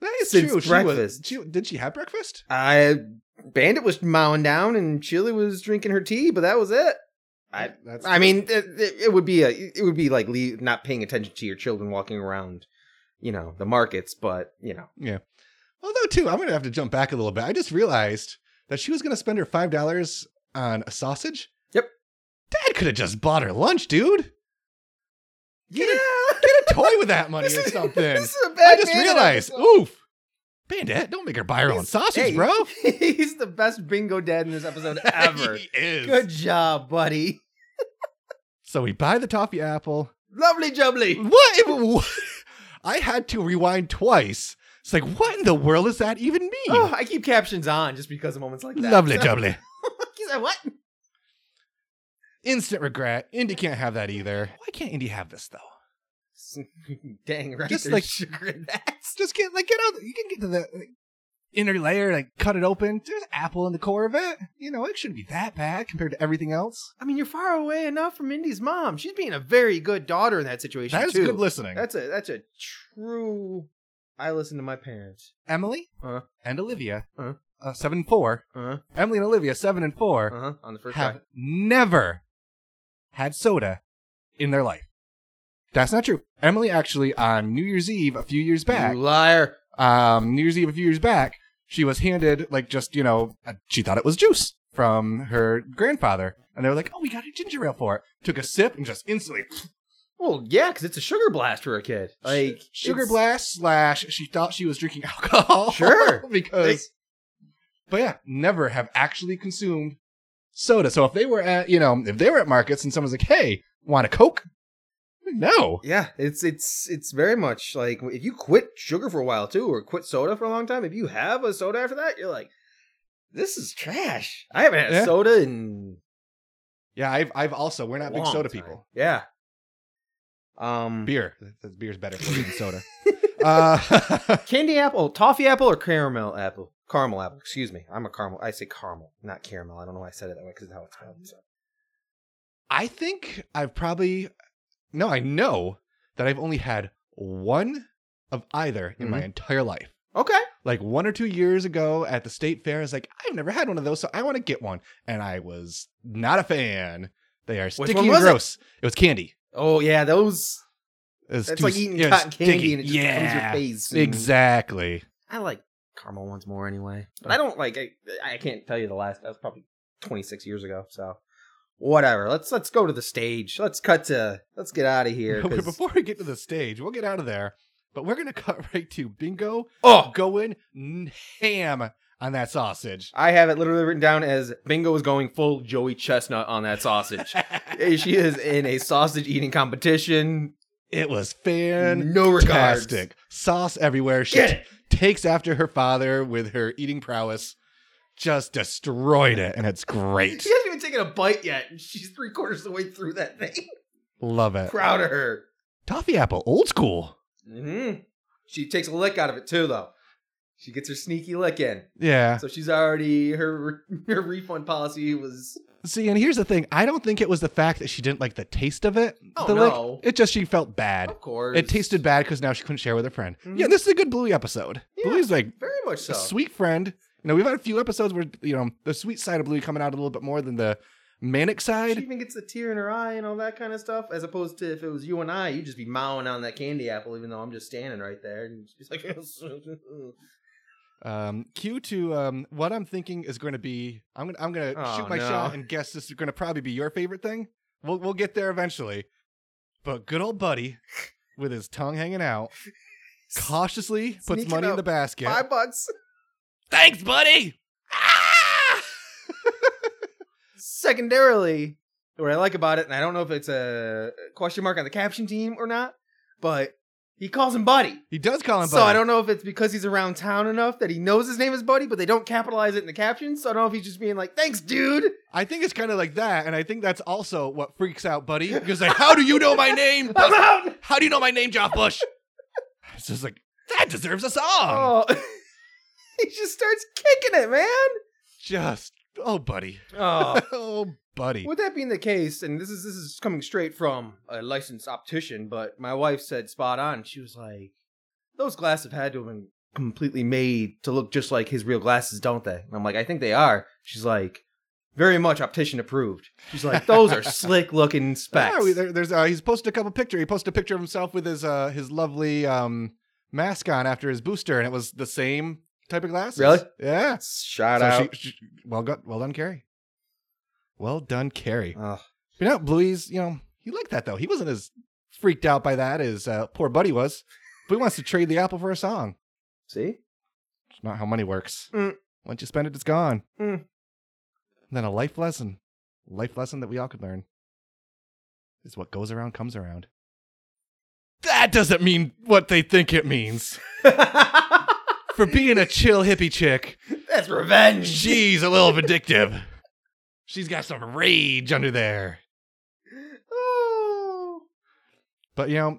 That is
Since
true. She was,
breakfast.
she, did she have breakfast?
I Bandit was mowing down and Chili was drinking her tea, but that was it. I
That's
I mean, it, it- it would be a it would be like le not paying attention to your children walking around, you know, the markets. But you know,
Although, too, I'm going to have to jump back a little bit. I just realized that she was going to spend her $5 on a sausage.
Yep.
Dad could have just bought her lunch, dude. Get
yeah,
Get a toy with that money
This
or
is-
something.
this is a
I
bad
just
Bandit
realized.
episode.
Oof. Bandit, don't make her buy her own
He's-
sausage,
hey,
bro.
He's the best bingo dad in this episode ever.
he is.
Good job, buddy.
So we buy the toffee apple.
Lovely jubbly.
What? if- what? I had to rewind twice. It's like, what in the world does that even mean?
Oh, I keep captions on just because of moments like that.
Lovely, jubbly.
He said, what?
Instant regret. Indy can't have that either. Why can't Indy have this though?
Dang right.
Just
Just
like-
like sugar in that.
Just get like get out. You can get to the. inner layer, like cut it open. There's apple in the core of it. You know, it shouldn't be that bad compared to everything else.
I mean, you're far away enough from Indy's mom. She's being a very good daughter in that situation.
That is
too.
good listening.
That's a that's a true. I listen to my parents.
Emily
Uh
and Olivia,
Uh.
uh, seven and four.
uh
Emily and Olivia, seven and four,
uh On the first
have
time.
never had soda in their life. That's not true. Emily actually on New Year's Eve a few years back,
You liar.
um, New Year's Eve a few years back, she was handed like just you know uh, she thought it was juice from her grandfather, and they were like, "Oh, we got a ginger ale for it." Took a sip and just instantly
Well, yeah, because it's a sugar blast for a kid. Like
sugar
it's-
blast slash she thought she was drinking alcohol.
Sure.
because
They-
but yeah, never have actually consumed soda. So if they were at, you know, if they were at markets and someone's like, "Hey, want a Coke?" No.
Yeah, it's it's it's very much like if you quit sugar for a while too, or quit soda for a long time. If you have a soda after that, you're like, this is trash. I haven't had
Yeah.
soda in
Yeah, I've I've also we're
a
not big
long
soda
time.
people.
Yeah. Um,
Beer, Th- th- beer's better for you than soda. uh,
candy apple, toffee apple, or caramel apple? Caramel apple. Excuse me, I'm a caramel. I say caramel, not caramel. I don't know why I said it that way because how it's spelled. so.
I think I've probably no, I know that I've only had one of either in
Mm-hmm.
my entire life.
Okay.
like one or two years ago at the state fair. I was like, I've never had one of those, so I want to get one. And I was not a fan. They are sticky
one
and
was it?
gross. It? was candy.
Oh yeah, those.
It was
That's
too
like
s-
eating
it was
cotton candy
sticky.
and it just
yeah,
comes your face. and-
Exactly.
I like caramel ones more anyway. But I don't like. I, I can't tell you the last. That was probably 26 years ago. So whatever. Let's let's go to the stage. Let's cut to. Let's get out of here. 'cause-
Before we get to the stage, we'll get out of there. But we're gonna cut right to Bingo
oh,
going n- ham on that sausage.
I have it literally written down as Bingo is going full Joey Chestnut on that sausage. Eh, she is in a sausage eating competition.
It was fantastic.
no regards.
Sauce everywhere. She
Get it.
takes after her father with her eating prowess, just destroyed it, and it's great.
She hasn't even taken a bite yet. and She's three quarters of the way through that thing.
Love it.
Proud of her.
Toffee apple, old school.
hmm She takes a lick out of it too, though. She gets her sneaky lick in.
Yeah.
So she's already her her refund policy was
See, and here's the thing. I don't think it was the fact that she didn't like the taste of it.
Oh,
the lick.
no.
It just she felt bad.
of course
It tasted bad because now she couldn't share with her friend.
Mhm.
Yeah, this is a good Bluey episode.
Yeah.
Bluey's like
very much so.
a sweet friend. You know, we've had a few episodes where you know the sweet side of Bluey coming out a little bit more than the manic
She
side.
even gets the tear in her eye and all that kind of stuff. As opposed to if it was you and I, you'd just be mowing on that candy apple, even though I'm just standing right there. And she's like,
Um, cue to um, what I'm thinking is going to be. I'm gonna I'm gonna
Oh,
shoot my
no.
shot and guess this is going to probably be your favorite thing. We'll we'll get there eventually. But good old buddy, with his tongue hanging out, cautiously puts
Sneaking
money in
up
the basket.
five bucks.
Thanks, buddy. Ah!
Secondarily, what I like about it, and I don't know if it's a question mark on the caption team or not, but he calls him Buddy.
He does call him.
So
buddy.
I don't know if it's because he's around town enough that he knows his name is Buddy, but they don't capitalize it in the captions. So I don't know if he's just being like, "Thanks, dude."
I think it's kind of like that, and I think that's also what freaks out Buddy because like, how do you know my name?
I'm out.
How do you know my name, Joff Bush? It's just like that deserves a song.
Oh, he just starts kicking it, man.
Just oh, buddy.
Oh,
oh, buddy.
with that being the case, and this is this is coming straight from a licensed optician, but my wife said spot on. She was like, "Those glasses have had to have been completely made to look just like his real glasses, don't they?" And I'm like, "I think they are." She's like. Very much optician approved. She's like, those are slick looking specs.
Yeah, we- there- there's uh, he's posted a couple picture. He posted a picture of himself with his uh his lovely um mask on after his booster, and it was the same type of glasses.
Really?
Yeah.
Shout
So
out.
she- she- well, go, well done, Carrie. Well done, Carrie.
Ugh.
You know, Bluey's, you know, he liked that though. He wasn't as freaked out by that as uh, poor Buddy was. But he wants to trade the apple for a song.
See?
It's not how money works.
Mm.
Once you spend it, it's gone.
Mm.
And then a life lesson, life lesson that we all could learn is what goes around comes around. That doesn't mean what they think it means.
That's
For being a chill hippie chick,
revenge.
she's a little vindictive. She's got some rage under there.
Oh.
But you know,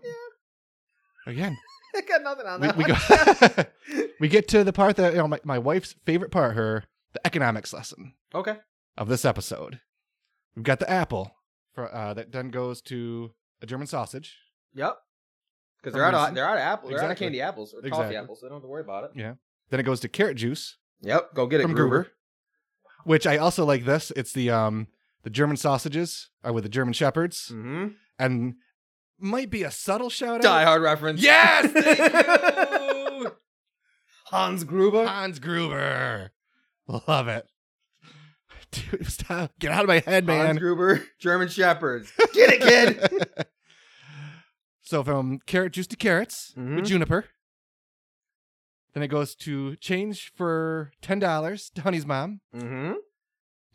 again,
I got nothing on
we,
that.
we
one.
go we get to the part that you know my, my wife's favorite part her the economics lesson
okay.
of this episode we've got the apple for, uh, that then goes to a german sausage
Yep. Because
For
they're out
reason.
of they're out of apples. They're out of
Exactly.
candy apples or
Exactly.
toffee apples. They don't have to worry about it.
then it goes to carrot juice
Yep. Go get it,
from gruber. which i also like this it's the um the german sausages are with the german shepherds
Mm-hmm.
and might be a subtle shout
Die
out
Hard reference.
yes thank you!
Hans Gruber.
hans gruber love it Dude, stop. Get out of my head, man.
Hans Gruber. German Shepherds. Get it, kid.
so from carrot juice to carrots
Mhm.
with juniper. Then it goes to change for ten dollars to Honey's mom
mm-hmm.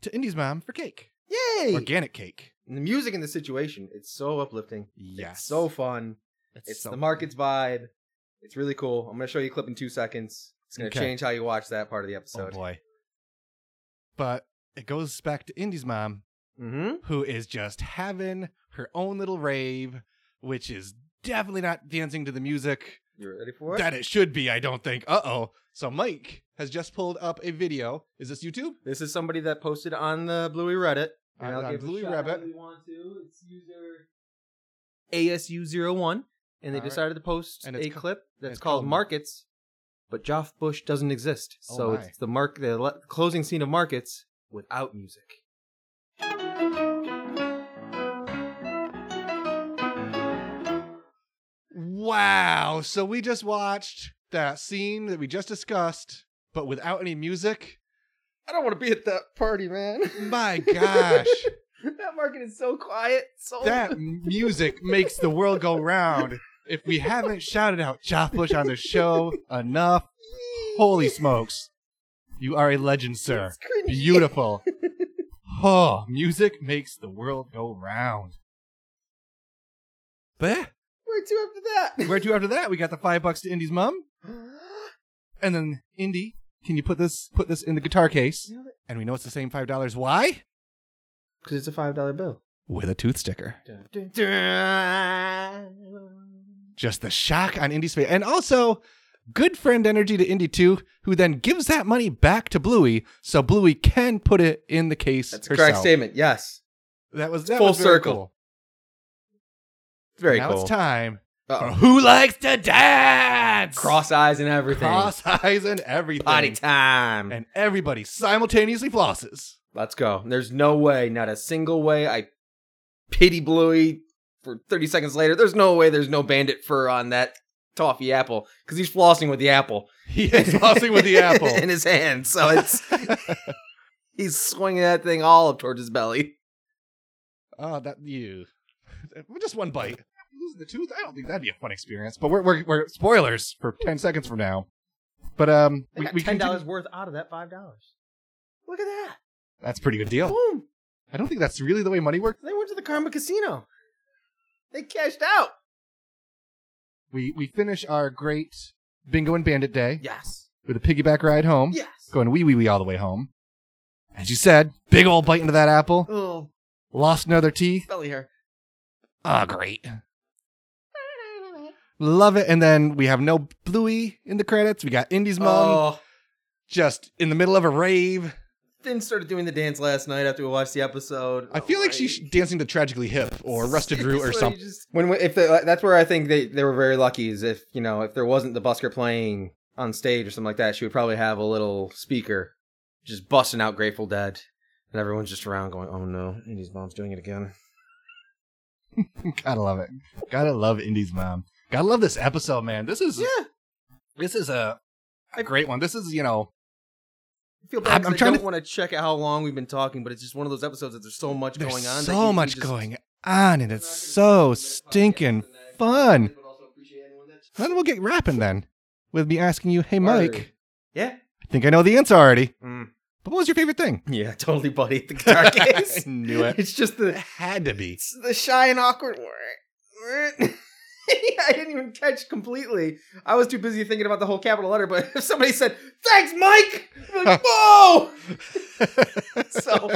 to Indy's mom for cake,
Yay!
organic cake.
And the music in the situation, it's so uplifting.
Yes,
It's so fun. It's
so-
the market's vibe. It's really cool. I'm gonna show you a clip in two seconds. It's gonna
Okay.
change how you watch that part of the
Oh
episode.
boy. But it goes back to Indy's mom,
mm-hmm.
who is just having her own little rave, which is definitely not dancing to the music
You ready for it?
that it should be. I don't think. Uh oh. So Mike has just pulled up a video. Is this YouTube?
This is somebody that posted on the Bluey Reddit.
On-
And I'll
on
give it a
Bluey
shout out
Reddit.
if you want to. It's user ASU01, and they
All right.
decided to post
And
a
it's ca-
clip
it's
that's
called
called,
Mar-
Markets, but Joff Bush doesn't exist.
Oh
so
my.
it's the mark the le- closing scene of Markets without music.
Wow. So we just watched that scene that we just discussed, but without any music.
I don't want to be at that party, man.
My gosh.
that market is so quiet. So
that music makes the world go round. If we haven't shouted out Joff Bush on the show enough, holy smokes. You are a legend, sir.
It's cringy.
Beautiful. Oh, music makes the world go round. But yeah,
Where to after that?
where to after that? We got the five bucks to Indy's mom. And then Indy, can you put this put this in the guitar case? And we know it's the same five dollars. Why?
Because it's a five dollar bill.
With a tooth sticker. Just the shock on Indy's face. And also, good friend energy to Indy too, who then gives that money back to Bluey, so Bluey can put it in the case.
That's a
herself.
correct statement. Yes.
That was that
Full
was very
circle.
cool.
It's very
now
cool.
it's time for
Uh-oh.
Who Likes to Dance?
Cross eyes and everything.
Cross eyes and everything.
Potty time.
And everybody simultaneously flosses.
Let's go. There's no way, not a single way. I pity Bluey for 30 seconds later. There's no way there's no bandit fur on that toffee apple because he's flossing with the apple.
He is flossing with the apple.
in his hand. So it's he's swinging that thing all up towards his belly.
Oh, that you. Just one bite. Losing the tooth? I don't think that'd be a fun experience. But we're we're, we're spoilers for ten seconds from now. But um, we, we continue-
worth out of that five dollars. Oh. Look at that!
That's a pretty good deal.
Boom!
I don't think that's really the way money works.
They went to the Karma Casino. They cashed out.
We we finish our great bingo and bandit day
Yes.
with a piggyback ride home,
Yes.
going wee wee wee all the way home. As you said, big old bite into that apple,
Oh,
lost another teeth.
belly hair.
Ah, great. Love it. And then we have no Bluey in the credits. We got Indy's mom
Oh,
just in the middle of a rave.
Finn started doing the dance last night after we watched the episode.
I feel like
Oh,
she's
my-
dancing to Tragically Hip or Rusted Root or
It's
something.
literally just- When if the, that's where I think they, they were very lucky is if you know if there wasn't the busker playing on stage or something like that, she would probably have a little speaker just busting out Grateful Dead, and everyone's just around going, "Oh no, Andy's mom's doing it again."
Gotta love it. Gotta love Indy's mom. Gotta love this episode, man. This is this is a, a great one. This is you know
I feel
I'm-
bad. 'cause
I'm
i
trying
don't
to-
want to check out how long we've been talking, but it's just one of those episodes that there's so much
there's
going on. that
so
you- you
much
just-
going on, and it's so stinking fun. Then we'll get rapping then with me asking you, hey Mike,
Word. Yeah.
I think I know the answer already.
Mm.
But what was your favorite thing?
Yeah, totally, buddy. The guitar case.
I knew it.
It's just the
had to be.
It's the shy and awkward word. I didn't even catch completely. I was too busy thinking about the whole capital letter, but if somebody said, Thanks, Mike! I'm like, Whoa! so,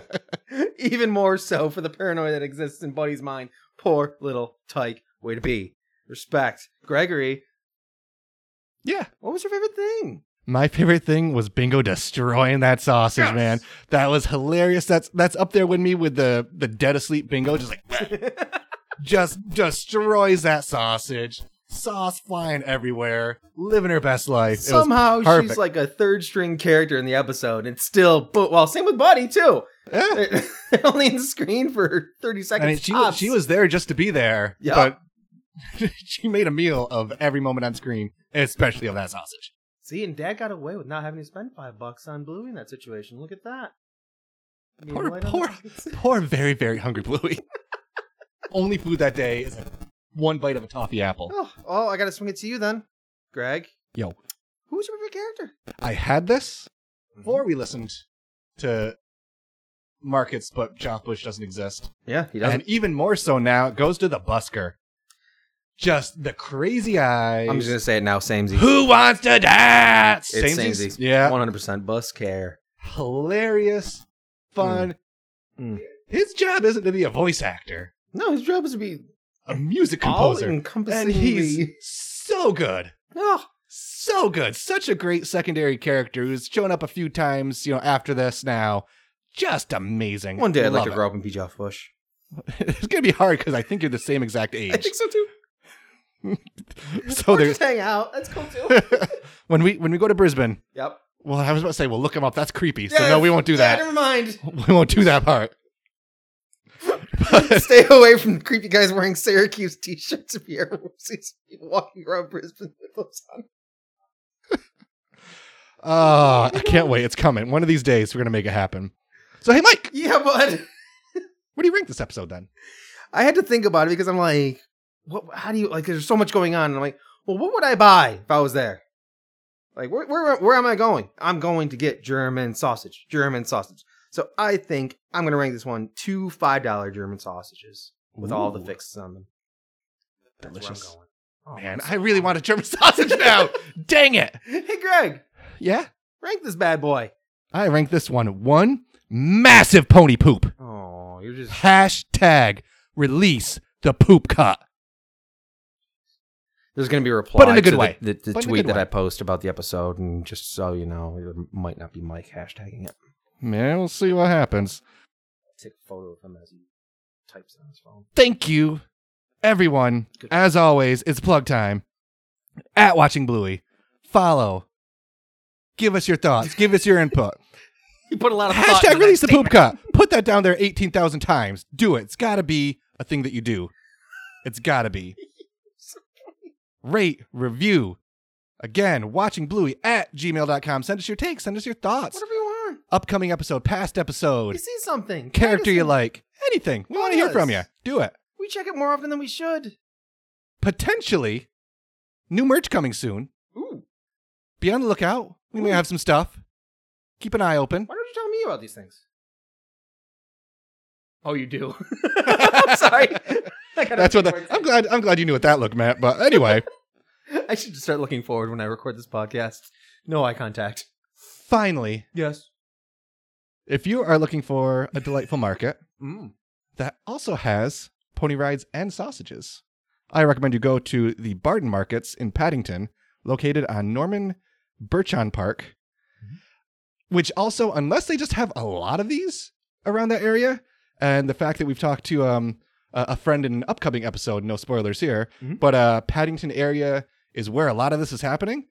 even more so for the paranoia that exists in Buddy's mind. Poor little tyke. Way to be. Respect. Gregory,
Yeah.
What was your favorite thing?
My favorite thing was Bingo destroying that sausage,
Yes.
man. That was hilarious. That's that's up there with me with the the dead asleep Bingo, just like just destroys that sausage. Sauce flying everywhere, living her best life. It was,
Somehow she's
perfect.
like a third string character in the episode, and still, but well, same with Buddy too.
eh.
They're only in the screen for thirty seconds.
I mean, she
tops.
she was there just to be there,
Yeah.
but she made a meal of every moment on screen, especially of that sausage.
See, and Dad got away with not having to spend five bucks on Bluey in that situation. Look at that. Being
Poor-
light on
poor-
the-
Poor, very, very hungry Bluey. Only food that day is like one bite of a toffee apple.
Oh, oh, I gotta swing it to you then, Greg.
Yo.
who's your favorite character?
I had this,
Mm-hmm.
or we listened to markets, but John Bush doesn't exist.
Yeah, he doesn't.
And even more so now, it goes to the busker. Just the crazy eyes.
I'm just gonna say it now, Samesy.
Who wants to dance?
It's
Samesies?
Samesies.
Yeah.
100% bus care.
Hilarious, fun.
Mm. Mm.
His job isn't to be a voice actor,
No, his job is to be
a music
all
composer.
encompassing.
And he's so good.
oh,
so good. Such a great secondary character who's shown up a few times, you know, after this now. Just amazing.
one day I'd like
Love
to grow up and be Jeff Bush.
it. It's gonna be hard because I think you're the same exact age.
so too.
so
Or
there's
just hang out. That's cool too.
when we when we go to Brisbane.
yep.
Well, I was about to say we'll look him up. That's creepy. So
Yeah,
no, we won't do
yeah,
that.
Never mind.
We won't do that part. But-
Stay away from the creepy guys wearing Syracuse t-shirts if you ever see people walking around Brisbane with those on.
oh, I can't wait. It's coming. One of these days we're gonna make it happen. So hey, Mike,
Yeah, bud.
where do you rank this episode then?
I had to think about it because I'm like, what? How do you like? There's so much going on, and I'm like, well, what would I buy if I was there? Like, where where where am I going? I'm going to get German sausage. German sausage. So I think I'm gonna rank this one two five dollar German sausages with all the
Ooh,
fixes on them. That's where I'm
Delicious.
going. Oh,
Man,
I'm
I
so
really want a German sausage now. Dang it.
Hey, Greg,
Yeah.
rank this bad boy.
I rank this one one massive pony poop.
Oh, you're just
Hashtag release the poop cut.
There's going to be a reply,
in a good
to the-
way.
The, the
But in a
tweet
good
that
way.
I post about the episode, and just so you know, there might not be Mike hashtagging it.
Yeah, we'll see what happens.
Take a photo of him as he types it on his phone.
Thank you, everyone.
Good.
As always, it's plug time. At Watching Bluey, follow. Give us your thoughts. Give us your input.
You put a lot
Hashtag release the poop cut. Put that down there 18,000 times. Do it. It's got to be a thing that you do. It's got to be. Rate, review. Again, watching Bluey at gmail.com. Send us your takes. Send us your thoughts.
Whatever you want.
Upcoming episode, past
You
episode,
see something.
character you
Notice it.
like, anything. We want to hear from you.
Yes.
Do it.
We check it more often than we should.
Potentially, new merch coming soon.
Ooh.
Be on the lookout. We may
Ooh.
have some stuff. Keep an eye open.
Why don't you tell me about these things? Oh, you do. I'm sorry. I gotta
That's what
think
that,
more.
I'm glad. I'm glad you knew what that looked, Matt. But anyway,
I should just start looking forward when I record this podcast. No eye contact.
finally,
Yes.
If you are looking for a delightful market
Mm.
that also has pony rides and sausages, I recommend you go to the Barden Markets in Paddington, located on Norman Burchon Park, which also, unless they just have a lot of these around that area, and the fact that we've talked to um, a a friend in an upcoming episode, no spoilers here,
Mhm.
but uh, Paddington area is where a lot of this is happening.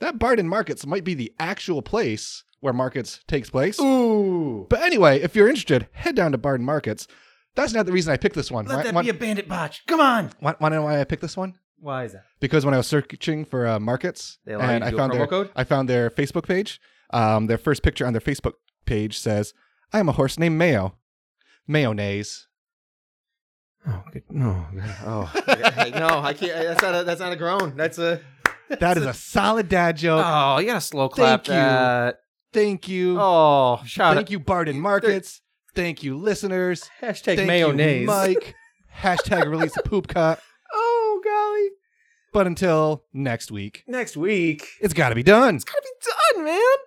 That Barden Markets might be the actual place where markets takes place.
Ooh.
But anyway, if you're interested, head down to Barden Markets. That's not the reason I picked this one.
Let
Want
that
want-
be a bandit botch. Come on.
want- wanna know why I picked this one?
Why is that?
Because when I was searching for uh, markets,
They allow you
and
to
I
do a
found
promo
their
code?
I found their Facebook page. Um, their first picture on their Facebook page says, "I am a horse named Mayo, mayonnaise."
Oh good. no. Oh Hey, no, I can't. That's not. A, that's not a groan. That's a.
That is a solid dad joke.
Oh, you gotta slow
clap
clap
Thank you.
that.
Thank you,
Oh, shout
thank you, Barden Markets. Thank you, listeners.
out. Hashtag
Thank
mayonnaise.
you, Mike. Hashtag release the poop cut.
Oh golly.
But until next week,
Next week.
it's got to be done.
It's gotta be done, man.